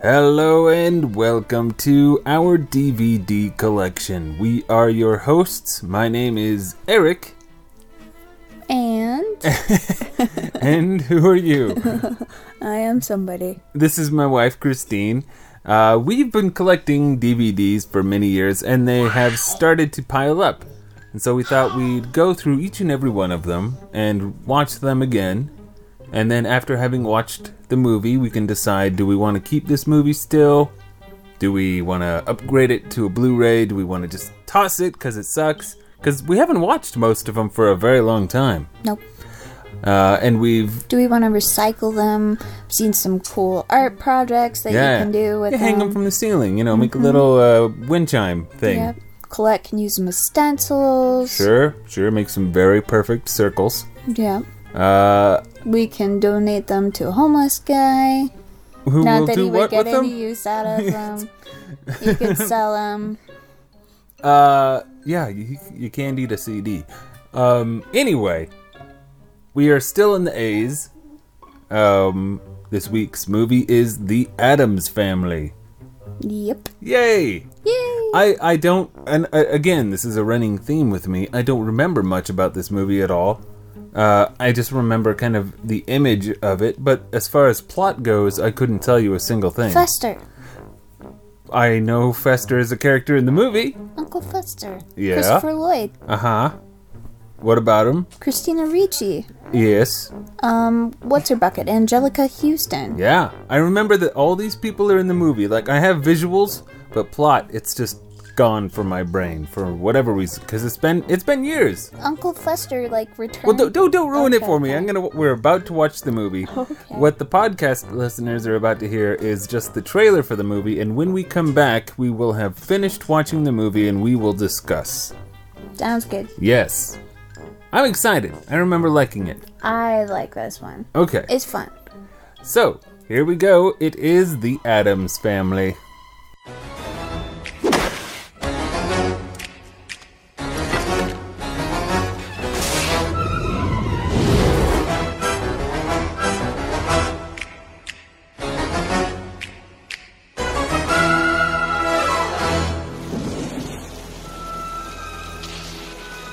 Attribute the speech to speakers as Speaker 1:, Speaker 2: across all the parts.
Speaker 1: Hello and welcome to our DVD collection. We are your hosts. My name is Eric,
Speaker 2: And
Speaker 1: and who are you?
Speaker 2: I am somebody.
Speaker 1: This is my wife, Christine. Uh, we've been collecting DVDs for many years, and they have started to pile up. And so we thought we'd go through each and every one of them and watch them again. And then, after having watched the movie, we can decide do we want to keep this movie still? Do we want to upgrade it to a Blu ray? Do we want to just toss it because it sucks? Because we haven't watched most of them for a very long time.
Speaker 2: Nope.
Speaker 1: Uh, and we've
Speaker 2: Do we want to recycle them? I've seen some cool art projects that you can do with um, Mm-hmm.
Speaker 1: Yeah, hang them from the ceiling. You know, make a little uh, wind chime thing.
Speaker 2: Yep. Collect and use them as stencils.
Speaker 1: Sure, sure. Make some very perfect circles.
Speaker 2: Yeah.
Speaker 1: Uh,
Speaker 2: We can donate them to a homeless guy.
Speaker 1: who
Speaker 2: Not
Speaker 1: will
Speaker 2: that
Speaker 1: do
Speaker 2: he would
Speaker 1: what
Speaker 2: get
Speaker 1: with
Speaker 2: any
Speaker 1: them?
Speaker 2: use out of them. you could sell them.
Speaker 1: Uh, yeah, you, you can't eat a CD. Um, anyway, we are still in the A's. Um, this week's movie is The Adams Family.
Speaker 2: Yep.
Speaker 1: Yay!
Speaker 2: Yay.
Speaker 1: I, I don't, and uh, again, this is a running theme with me. I don't remember much about this movie at all. Uh, I just remember kind of the image of it, but as far as plot goes, I couldn't tell you a single thing.
Speaker 2: Fester.
Speaker 1: I know Fester is a character in the movie.
Speaker 2: Uncle Fester.
Speaker 1: Yeah.
Speaker 2: Christopher Lloyd.
Speaker 1: Uh huh. What about him?
Speaker 2: Christina Ricci.
Speaker 1: Yes.
Speaker 2: Um, what's her bucket? Angelica Houston.
Speaker 1: Yeah. I remember that all these people are in the movie. Like, I have visuals, but plot, it's just gone from my brain for whatever reason because it's been it's been years
Speaker 2: Uncle Fester, like, returned.
Speaker 1: Well, don't, don't, don't ruin it
Speaker 2: Okay,
Speaker 1: for me.
Speaker 2: okay.
Speaker 1: I'm gonna. We're about to watch the movie.
Speaker 2: Okay.
Speaker 1: What the podcast listeners are about to hear is just the trailer for the movie, and when we come back, we will have finished watching the movie, and we will discuss.
Speaker 2: Sounds good.
Speaker 1: Yes, I'm excited. I remember liking it.
Speaker 2: I like this one.
Speaker 1: Okay,
Speaker 2: It's fun.
Speaker 1: so here we go. It is the Adams Family.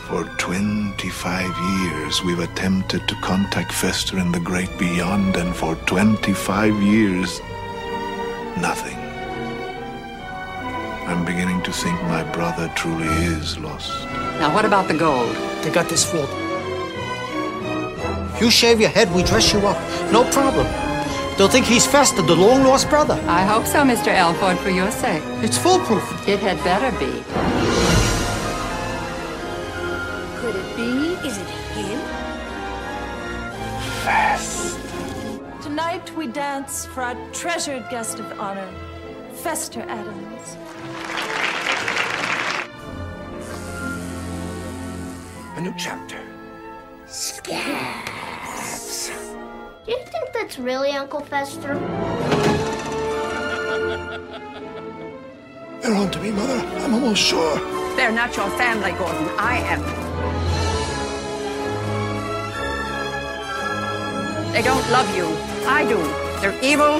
Speaker 3: For 25 years, we've attempted to contact Fester in the great beyond, and for 25 years, nothing. I'm beginning to think my brother truly is lost.
Speaker 4: Now, what about the gold?
Speaker 5: They got this fooled. You shave your head, we dress you up. No problem. They'll think he's Fester, the long lost brother.
Speaker 4: I hope so, Mr. Elford, for your sake.
Speaker 5: It's foolproof.
Speaker 4: It had better be.
Speaker 6: Could it be? Is it him?
Speaker 7: Tonight we dance for our treasured guest of honor, Fester Adams.
Speaker 8: A new chapter.
Speaker 9: Do you think that's really Uncle Fester?
Speaker 3: They're on to me, Mother. I'm almost sure.
Speaker 4: They're not your family, Gordon. I am. They don't love you. I do. They're evil.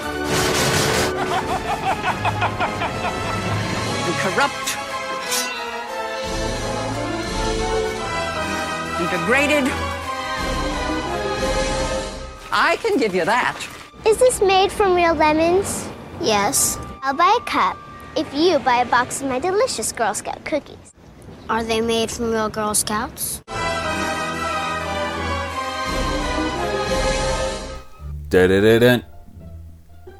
Speaker 4: and corrupt. And degraded. I can give you that.
Speaker 9: Is this made from real lemons? Yes. I'll buy a cup if you buy a box of my delicious Girl Scout cookies. Are they made from real Girl Scouts?
Speaker 1: Da-da-da-dun,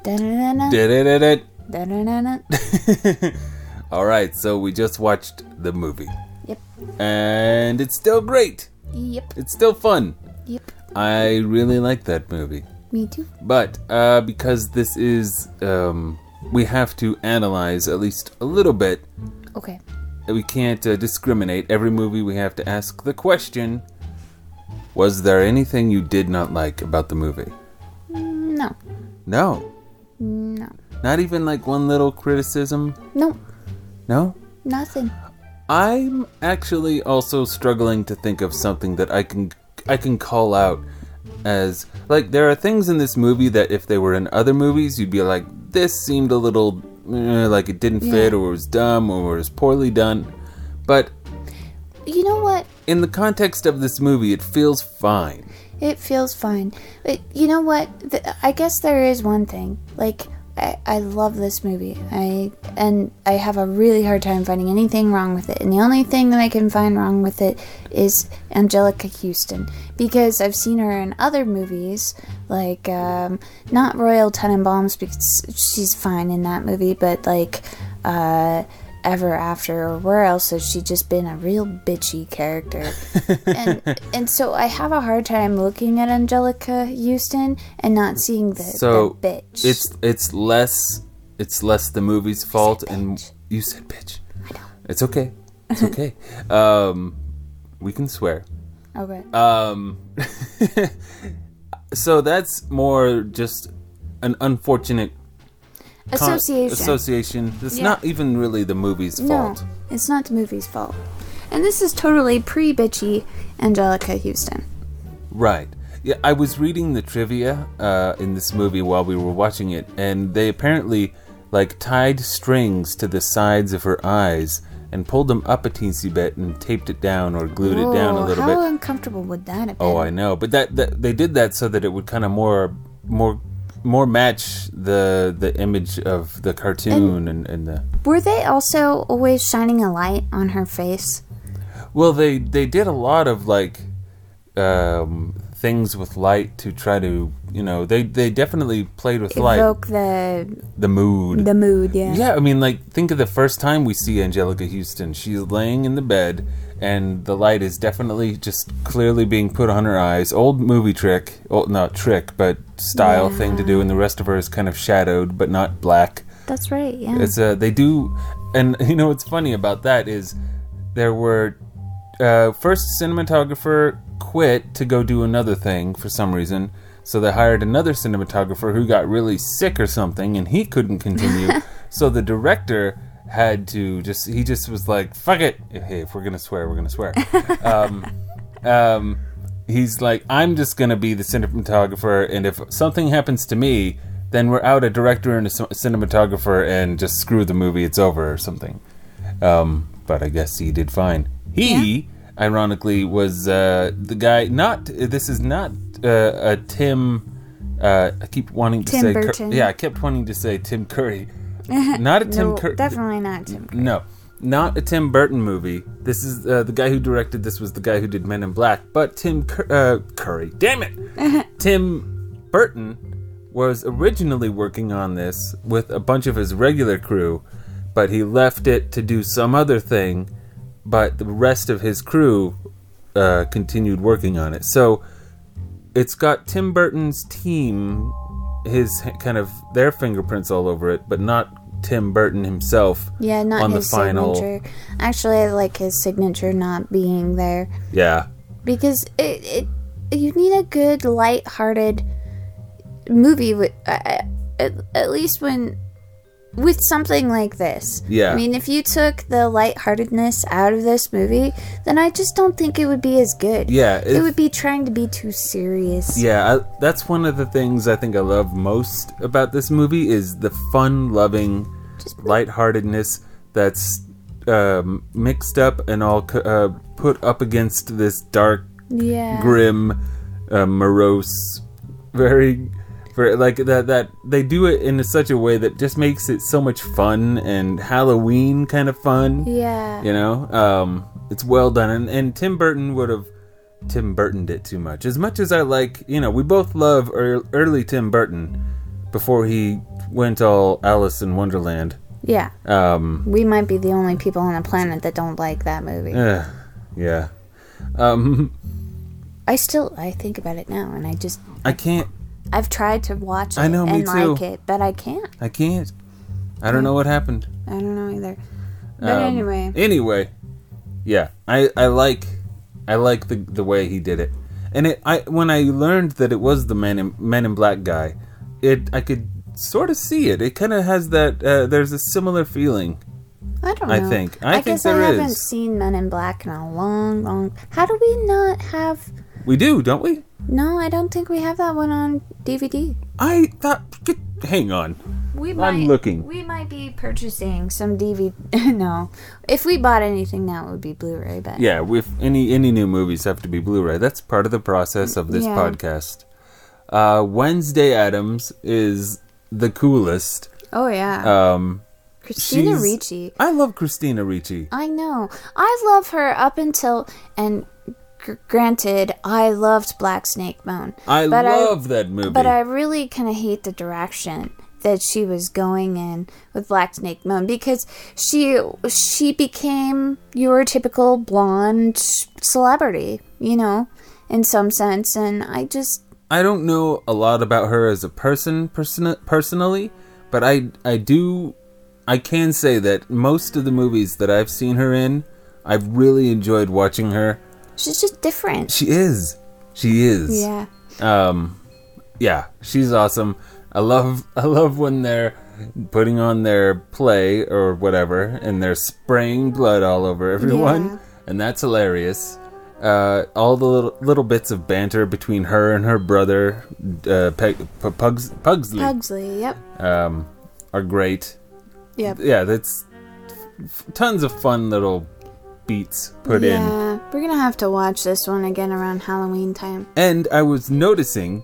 Speaker 2: Da-na-na-na,
Speaker 1: da-da-da-dun.
Speaker 2: da-na-na-na.
Speaker 1: All right, so we just watched the movie,
Speaker 2: Yep.
Speaker 1: and it's still great.
Speaker 2: Yep.
Speaker 1: It's still fun.
Speaker 2: Yep.
Speaker 1: I really like that movie.
Speaker 2: Me too.
Speaker 1: But uh, because this is, um, we have to analyze at least a little bit.
Speaker 2: Okay.
Speaker 1: We can't uh, discriminate. Every movie we have to ask the question: Was there anything you did not like about the movie?
Speaker 2: No.
Speaker 1: No,
Speaker 2: No.
Speaker 1: not even like one little criticism.
Speaker 2: No.
Speaker 1: No,
Speaker 2: Nothing.
Speaker 1: I'm actually also struggling to think of something that I can I can call out as like there are things in this movie that if they were in other movies you'd be like this seemed a little uh, like it didn't fit or was dumb or was poorly done but
Speaker 2: You know what?
Speaker 1: in the context of this movie it feels fine
Speaker 2: It feels fine. But you know what? Th- I guess there is one thing. Like, I, I love this movie. I and I have a really hard time finding anything wrong with it. And the only thing that I can find wrong with it is Angelica Houston because I've seen her in other movies, like um, not Royal Tenenbaums because she's fine in that movie, but like uh, Ever After or where else has she just been a real bitchy character? and and so I have a hard time looking at Angelica Houston and not seeing the,
Speaker 1: so
Speaker 2: the bitch.
Speaker 1: it's it's less it's less the movie's fault and you said bitch I know. it's okay it's okay um we can swear
Speaker 2: okay.
Speaker 1: Um, so that's more just an unfortunate con-
Speaker 2: Association.
Speaker 1: association. It's not even really the movie's
Speaker 2: no,
Speaker 1: fault.
Speaker 2: it's not the movie's fault. And this is totally pre bitchy Angelica Houston.
Speaker 1: Right. Yeah, I was reading the trivia uh, in this movie while we were watching it, and they apparently like tied strings to the sides of her eyes and pulled them up a teensy bit and taped it down or glued it down a
Speaker 2: Whoa,
Speaker 1: little
Speaker 2: how
Speaker 1: bit.
Speaker 2: uncomfortable would that have been?
Speaker 1: Oh, I know, but that, that they did that so that it would kind of more, more, more match the the image of the cartoon and, and, the.
Speaker 2: Were they also always shining a light on her face?
Speaker 1: Well, they they did a lot of like um, things with light to try to you know they they definitely played with light
Speaker 2: Evoke the
Speaker 1: the mood.
Speaker 2: the mood, yeah.
Speaker 1: yeah, I mean, like think of the first time we see Angelica Houston. She's laying in the bed, and the light is definitely just clearly being put on her eyes. Old movie trick, oh, not trick, but style thing to do. And the rest of her is kind of shadowed, but not black.
Speaker 2: That's right, yeah.
Speaker 1: It's uh, they do, and you know what's funny about that is there were uh, first cinematographer quit to go do another thing for some reason, so they hired another cinematographer who got really sick or something, and he couldn't continue. so the director had to just he just was like fuck it hey if we're gonna swear we're gonna swear um, he's like, I'm just gonna be the cinematographer, and if something happens to me, then we're out a director and a c- cinematographer, and just screw the movie, it's over or something. Um, but I guess he did fine. He, ironically, was uh, the guy. Not this is not uh, a Tim. Uh, I keep wanting to
Speaker 2: Tim
Speaker 1: say,
Speaker 2: Burton.
Speaker 1: yeah, I kept wanting to say Tim Curry. Not a Tim
Speaker 2: No,
Speaker 1: Curry.
Speaker 2: definitely not Tim.
Speaker 1: No, not a Tim Burton movie. This is uh, the guy who directed this was the guy who did Men in Black. But Tim Cur- uh, Curry, damn it, Tim Burton was originally working on this with a bunch of his regular crew, but he left it to do some other thing. But the rest of his crew uh, continued working on it. So it's got Tim Burton's team, his h- kind of their fingerprints all over it, but not Tim Burton himself.
Speaker 2: Yeah, not
Speaker 1: on
Speaker 2: his
Speaker 1: the final.
Speaker 2: signature. Actually, I like his signature not being there
Speaker 1: Yeah,
Speaker 2: because it, it you need a good light-hearted movie with uh, at, at least when with something like this.
Speaker 1: Yeah.
Speaker 2: I mean, if you took the light-heartedness out of this movie, then I just don't think it would be as good.
Speaker 1: Yeah,
Speaker 2: It,
Speaker 1: if-
Speaker 2: would be trying to be too serious.
Speaker 1: yeah. I, that's one of the things I think I love most about this movie is the fun-loving lightheartedness that's um, mixed up and all co- uh, put up against this dark,
Speaker 2: Yeah.
Speaker 1: grim, uh, morose, very. very like that, that they do it in such a way that just makes it so much fun and Halloween kind of fun.
Speaker 2: Yeah.
Speaker 1: You know, um, it's well done, and, and Tim Burton would have Tim Burtoned it too much. As much as I like, you know, we both love ear- early Tim Burton before he went all Alice in Wonderland.
Speaker 2: Yeah.
Speaker 1: Um,
Speaker 2: We might be the only people on the planet that don't like that movie.
Speaker 1: eh, yeah, um,
Speaker 2: I still I think about it now and I just
Speaker 1: I can't,
Speaker 2: I've tried to watch it
Speaker 1: I know, me
Speaker 2: and like
Speaker 1: too.
Speaker 2: it, but I can't.
Speaker 1: I can't. I don't know what happened.
Speaker 2: I don't know either. But
Speaker 1: Um,
Speaker 2: anyway,
Speaker 1: Anyway, yeah, I I like I like the the way he did it, and it I when I learned that it was the man in Men in Black guy, it I could sort of see it. It kind of has that. Uh, there's a similar feeling.
Speaker 2: I don't know.
Speaker 1: I think- I think
Speaker 2: guess
Speaker 1: there
Speaker 2: I haven't
Speaker 1: is.
Speaker 2: seen Men in Black in a long, long. How do we not have?
Speaker 1: We do, don't we?
Speaker 2: No, I don't think we have that one on DVD.
Speaker 1: I thought. Get, hang on.
Speaker 2: We
Speaker 1: might- looking.
Speaker 2: We might be purchasing some DVD. no, if we bought anything now, it would be Blu-ray. But
Speaker 1: Yeah, with any any new movies have to be Blu-ray. That's part of the process of this
Speaker 2: Yeah.
Speaker 1: podcast. Uh, Wednesday Adams is the coolest.
Speaker 2: oh yeah,
Speaker 1: Um,
Speaker 2: Christina
Speaker 1: she's-
Speaker 2: Ricci.
Speaker 1: I love Christina Ricci.
Speaker 2: I know. I love her up until and gr- granted, I loved Black Snake Moan.
Speaker 1: I
Speaker 2: But I-
Speaker 1: love that movie.
Speaker 2: But I really kind of hate the direction that she was going in with Black Snake Moan because she she became your typical blonde celebrity, you know, in some sense, and I just
Speaker 1: I don't know a lot about her as a person person personally, but I I do I can say that most of the movies that I've seen her in, I've really enjoyed watching her.
Speaker 2: she's just different.
Speaker 1: She is. She is.
Speaker 2: yeah.
Speaker 1: um yeah she's awesome i love i love when they're putting on their play or whatever and they're spraying blood all over everyone
Speaker 2: Yeah.
Speaker 1: and that's hilarious uh, all the little, little bits of banter between her and her brother uh, Pe- P- Pugs- pugsley
Speaker 2: Pugsley, yep.
Speaker 1: um, are great
Speaker 2: Yep.
Speaker 1: yeah that's f- tons of fun little beats put in
Speaker 2: yeah, we're gonna have to watch this one again around Halloween time.
Speaker 1: And I was noticing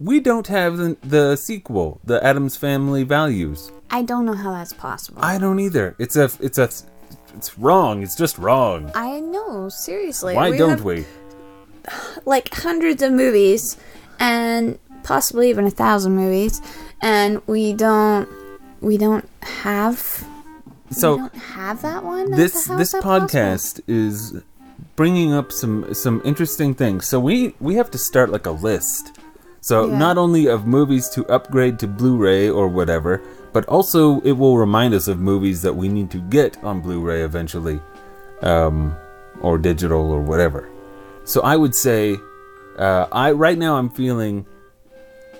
Speaker 1: we don't have the, the sequel, the Adams Family Values.
Speaker 2: I don't know how that's possible.
Speaker 1: I don't either. It's a it's a it's wrong. It's just wrong.
Speaker 2: I know, seriously.
Speaker 1: Why don't
Speaker 2: have,
Speaker 1: we?
Speaker 2: Like hundreds of movies, and possibly even a thousand movies, and we don't, we don't have, we
Speaker 1: So
Speaker 2: don't have that one.
Speaker 1: this
Speaker 2: How
Speaker 1: this
Speaker 2: is that possible?
Speaker 1: podcast is bringing up some some interesting things. So we we have to start like a list. So
Speaker 2: Yeah.
Speaker 1: not only of movies to upgrade to Blu-ray or whatever, but also it will remind us of movies that we need to get on Blu-ray eventually, um, or digital or whatever. So I would say, uh, I right now I'm feeling,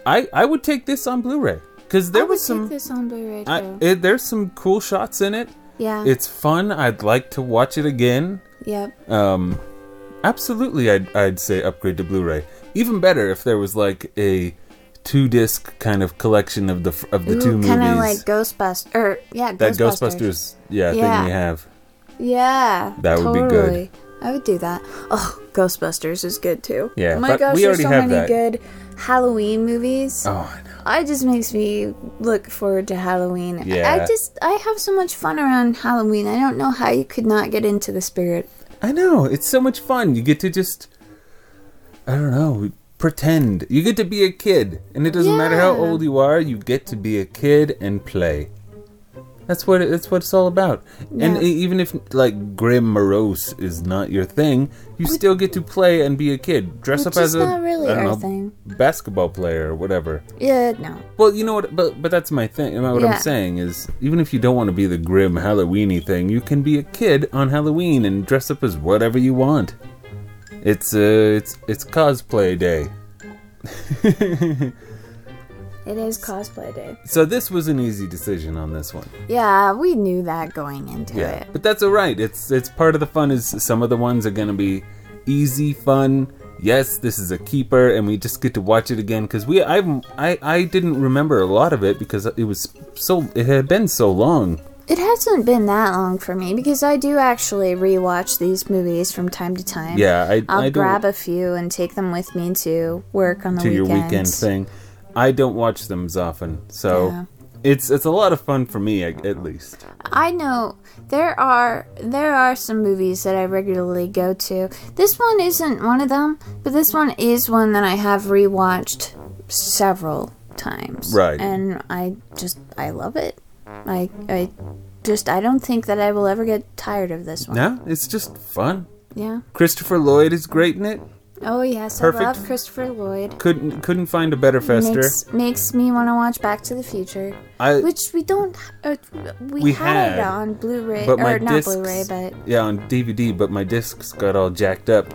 Speaker 1: I I would take this on Blu-ray because there
Speaker 2: I would
Speaker 1: was some
Speaker 2: Take this on Blu-ray
Speaker 1: I,
Speaker 2: too.
Speaker 1: it, there's some cool shots in it.
Speaker 2: yeah.
Speaker 1: It's fun. I'd like to watch it again.
Speaker 2: yep.
Speaker 1: Um, absolutely, I'd, I'd say upgrade to Blu-ray. Even better if there was like a two-disc kind of collection of the f- of the two movies.
Speaker 2: Kind of like Ghostbusters, or yeah,
Speaker 1: that
Speaker 2: Ghostbusters.
Speaker 1: Ghostbusters, yeah,
Speaker 2: Yeah.
Speaker 1: thing we have.
Speaker 2: Yeah,
Speaker 1: That would be good.
Speaker 2: totally. I would do that. Oh, Ghostbusters is good too.
Speaker 1: Yeah,
Speaker 2: oh my
Speaker 1: but
Speaker 2: gosh,
Speaker 1: we
Speaker 2: there's
Speaker 1: already
Speaker 2: so
Speaker 1: have
Speaker 2: many
Speaker 1: that.
Speaker 2: good Halloween movies.
Speaker 1: Oh, I know.
Speaker 2: It just makes me look forward to Halloween. I-
Speaker 1: Yeah.
Speaker 2: I just I have so much fun around Halloween. I don't know how you could not get into the spirit.
Speaker 1: I know. It's so much fun. You get to just, I don't know, pretend. You get to be a kid, and it doesn't matter how
Speaker 2: Yeah.
Speaker 1: old you are. You get to be a kid and play. That's what it, that's what it's all about. And
Speaker 2: Yeah.
Speaker 1: e- even if like grim morose is not your thing, you still get to play and be a kid. Dress
Speaker 2: Which
Speaker 1: up as
Speaker 2: is
Speaker 1: a
Speaker 2: not really
Speaker 1: I don't
Speaker 2: our
Speaker 1: know,
Speaker 2: thing.
Speaker 1: basketball player or whatever.
Speaker 2: Yeah, no.
Speaker 1: Well, you know what, but but that's my thing. you know What
Speaker 2: Yeah.
Speaker 1: I'm saying is, even if you don't want to be the grim Halloweeny thing, you can be a kid on Halloween and dress up as whatever you want. It's uh, it's it's cosplay day.
Speaker 2: It is cosplay day.
Speaker 1: So this was an easy decision on this one.
Speaker 2: Yeah, we knew that going into it.
Speaker 1: but that's all right. It's it's part of the fun. Is some of the ones are gonna be easy fun. Yes, this is a keeper, and we just get to watch it again because we I, I I didn't remember a lot of it because it was so it had been so long.
Speaker 2: It hasn't been that long for me because I do actually rewatch these movies from time to time.
Speaker 1: Yeah, I
Speaker 2: I'll
Speaker 1: I don't-
Speaker 2: grab a few and take them with me to work on the
Speaker 1: to your
Speaker 2: weekends.
Speaker 1: weekend thing. I don't watch them as often, so
Speaker 2: Yeah.
Speaker 1: it's it's a lot of fun for me at, at least.
Speaker 2: I know there are there are some movies that I regularly go to. This one isn't one of them, but this one is one that I have rewatched several times.
Speaker 1: Right.
Speaker 2: And I just I love it. I I just I don't think that I will ever get tired of this one.
Speaker 1: No, it's just fun.
Speaker 2: Yeah.
Speaker 1: Christopher Lloyd is great in it.
Speaker 2: Oh yes,
Speaker 1: Perfect.
Speaker 2: I love Christopher Lloyd.
Speaker 1: Couldn't couldn't find a better Fester.
Speaker 2: Makes makes me want to watch Back to the Future,
Speaker 1: I
Speaker 2: which we don't. Uh, we,
Speaker 1: We
Speaker 2: had,
Speaker 1: had,
Speaker 2: it on Blu-ray
Speaker 1: but my
Speaker 2: or not
Speaker 1: discs,
Speaker 2: Blu-ray, but
Speaker 1: yeah, on DVD. But my discs got all jacked up.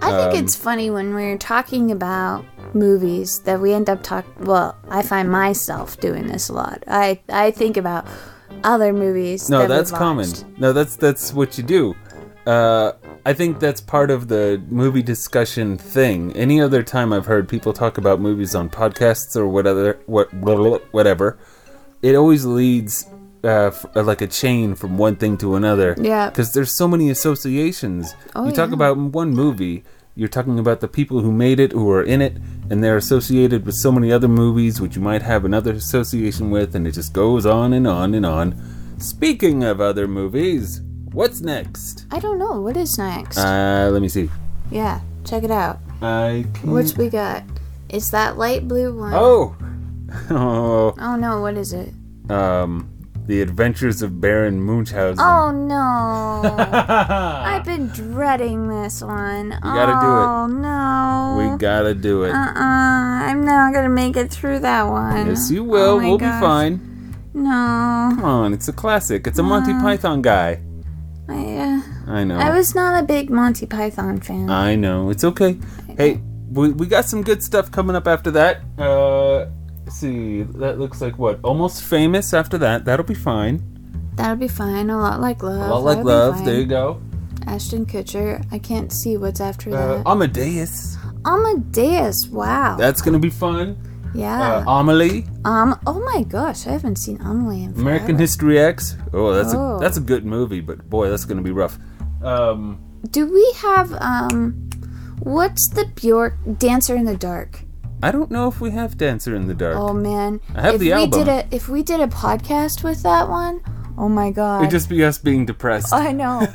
Speaker 2: I think
Speaker 1: Um,
Speaker 2: it's funny when we're talking about movies that we end up talk. Well, I find myself doing this a lot. I I think about other movies.
Speaker 1: No,
Speaker 2: that we've
Speaker 1: that's common.
Speaker 2: watched.
Speaker 1: No, that's that's what you do. Uh, I think that's part of the movie discussion thing. Any other time I've heard people talk about movies on podcasts or whatever, what blah, blah, whatever, it always leads uh, f- uh, like a chain from one thing to another.
Speaker 2: Yeah.
Speaker 1: because there's so many associations. you talk
Speaker 2: Oh, yeah.
Speaker 1: about one movie, you're talking about the people who made it, who are in it, and they're associated with so many other movies, which you might have another association with, and it just goes on and on and on. Speaking of other movies, what's next?
Speaker 2: I don't know. What is next?
Speaker 1: Uh, let me see.
Speaker 2: yeah, check it out.
Speaker 1: I can...
Speaker 2: Which we got? It's that light blue one.
Speaker 1: Hmm. Oh. oh.
Speaker 2: Oh no, what is it?
Speaker 1: Um. The Adventures of Baron Munchausen.
Speaker 2: Oh no. I've been dreading this one. We
Speaker 1: gotta do it.
Speaker 2: Oh no.
Speaker 1: We gotta do it.
Speaker 2: Uh uh-uh. uh. i am not gonna make it through that one.
Speaker 1: Yes, you will.
Speaker 2: Oh, my
Speaker 1: we'll
Speaker 2: gosh.
Speaker 1: be fine.
Speaker 2: No.
Speaker 1: Come on, it's a classic. It's a Monty Python guy.
Speaker 2: I, uh,
Speaker 1: I know.
Speaker 2: I was not a big Monty Python fan.
Speaker 1: I know. It's okay. Hey, we, we got some good stuff coming up after that. Uh, let's see. That looks like what? Almost famous after that. That'll be fine.
Speaker 2: That'll be fine. A lot like love.
Speaker 1: A lot like
Speaker 2: Oh, That'll be
Speaker 1: love.
Speaker 2: fine.
Speaker 1: There you go.
Speaker 2: Ashton Kutcher. I can't see what's after
Speaker 1: Uh,
Speaker 2: that.
Speaker 1: Amadeus.
Speaker 2: Amadeus. Wow.
Speaker 1: That's gonna be fun.
Speaker 2: yeah.
Speaker 1: Uh, Amelie.
Speaker 2: Um. Oh my gosh, I haven't seen Amelie in forever.
Speaker 1: American History X. Oh, that's
Speaker 2: Oh.
Speaker 1: a that's a good movie, but boy, that's gonna be rough. Um,
Speaker 2: Do we have um? What's the Bjork Dancer in the Dark?
Speaker 1: I don't know if we have Dancer in the Dark.
Speaker 2: Oh man,
Speaker 1: I have
Speaker 2: if
Speaker 1: the
Speaker 2: we
Speaker 1: album.
Speaker 2: did a if we did a podcast with that one, oh my god.
Speaker 1: It'd just be us being depressed.
Speaker 2: I know.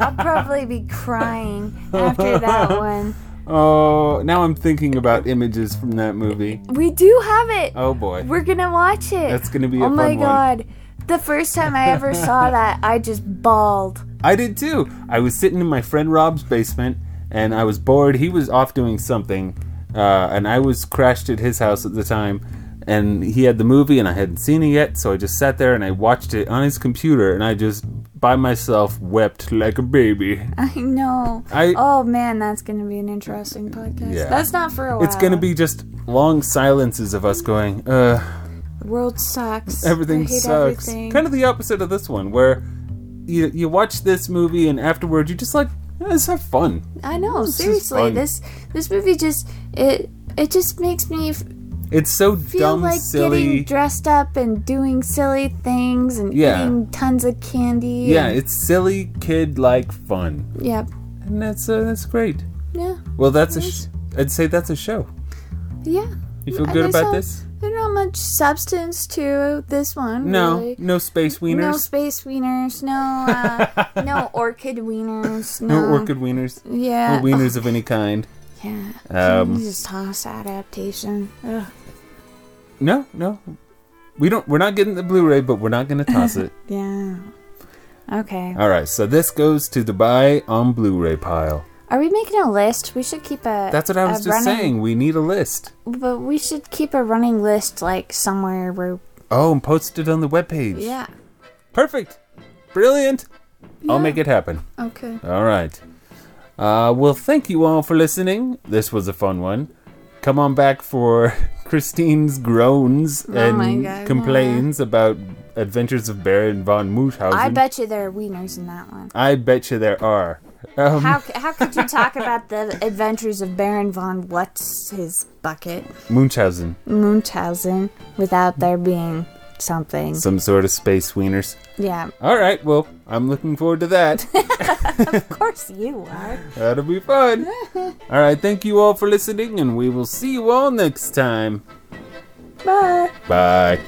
Speaker 2: I'll probably be crying after that one.
Speaker 1: oh, now I'm thinking about images from that movie.
Speaker 2: We do have it.
Speaker 1: Oh boy.
Speaker 2: We're gonna watch it.
Speaker 1: That's gonna be a
Speaker 2: Oh my
Speaker 1: fun one.
Speaker 2: god. The first time I ever saw that, I just bawled.
Speaker 1: I did too. I was sitting in my friend Rob's basement, and I was bored. He was off doing something, uh, and I was crashed at his house at the time. And he had the movie, and I hadn't seen it yet, so I just sat there and I watched it on his computer, and I just by myself wept like a baby.
Speaker 2: I know.
Speaker 1: I-
Speaker 2: oh man, that's gonna be an interesting podcast.
Speaker 1: Yeah.
Speaker 2: That's not for a while.
Speaker 1: It's gonna be just long silences of us going, uh,
Speaker 2: The world sucks. I
Speaker 1: everything
Speaker 2: hate
Speaker 1: sucks.
Speaker 2: Everything.
Speaker 1: Kind of the opposite of this one, where you you watch this movie and afterward you just like, "Yeah, let's have fun.
Speaker 2: I know.
Speaker 1: is
Speaker 2: seriously,
Speaker 1: fun.
Speaker 2: this this movie just it it just makes me f-
Speaker 1: It's so
Speaker 2: feel
Speaker 1: dumb,
Speaker 2: like
Speaker 1: silly.
Speaker 2: getting dressed up and doing silly things and
Speaker 1: Yeah.
Speaker 2: eating tons of candy.
Speaker 1: yeah,
Speaker 2: and-
Speaker 1: it's silly kid like fun,
Speaker 2: yep.
Speaker 1: and that's uh, that's great.
Speaker 2: Yeah.
Speaker 1: Well, that's a sh- I'd say that's a show.
Speaker 2: Yeah.
Speaker 1: You feel
Speaker 2: Uh,
Speaker 1: good
Speaker 2: there's
Speaker 1: about
Speaker 2: not-
Speaker 1: this?
Speaker 2: There's not much substance to this one.
Speaker 1: No,
Speaker 2: really.
Speaker 1: no space wieners,
Speaker 2: No space wieners. No. Uh, no orchid wieners. No.
Speaker 1: no orchid wieners,
Speaker 2: Yeah.
Speaker 1: no wieners of any kind.
Speaker 2: Ugh, yeah.
Speaker 1: Um,
Speaker 2: Jesus toss adaptation. Ugh.
Speaker 1: No, no. We don't. We're not getting the Blu-ray, but we're not going to toss it.
Speaker 2: Yeah. Okay.
Speaker 1: All right. So this goes to Dubai on Blu-ray pile.
Speaker 2: Are we making a list? We should keep a.
Speaker 1: That's what I
Speaker 2: a
Speaker 1: was just
Speaker 2: running-
Speaker 1: saying. We need a list.
Speaker 2: But we should keep a running list, like somewhere where.
Speaker 1: Oh, and post it on the webpage.
Speaker 2: Yeah.
Speaker 1: Perfect. Brilliant. I'll make it happen.
Speaker 2: Okay.
Speaker 1: All right. Uh, well, thank you all for listening. This was a fun one. Come on back for Christine's groans and
Speaker 2: Oh my God.
Speaker 1: complains about Adventures of Baron von Munchausen.
Speaker 2: I bet you there are wieners in that one.
Speaker 1: I bet you there are. Um,
Speaker 2: How c- how could you talk about the adventures of Baron von What's his bucket
Speaker 1: Munchausen.
Speaker 2: Munchausen without there being something?
Speaker 1: Some sort of space wieners.
Speaker 2: Yeah,
Speaker 1: All right. Well, I'm looking forward to that.
Speaker 2: of course you are.
Speaker 1: That'll be fun. All right. Thank you all for listening, and we will see you all next time.
Speaker 2: Bye.
Speaker 1: Bye.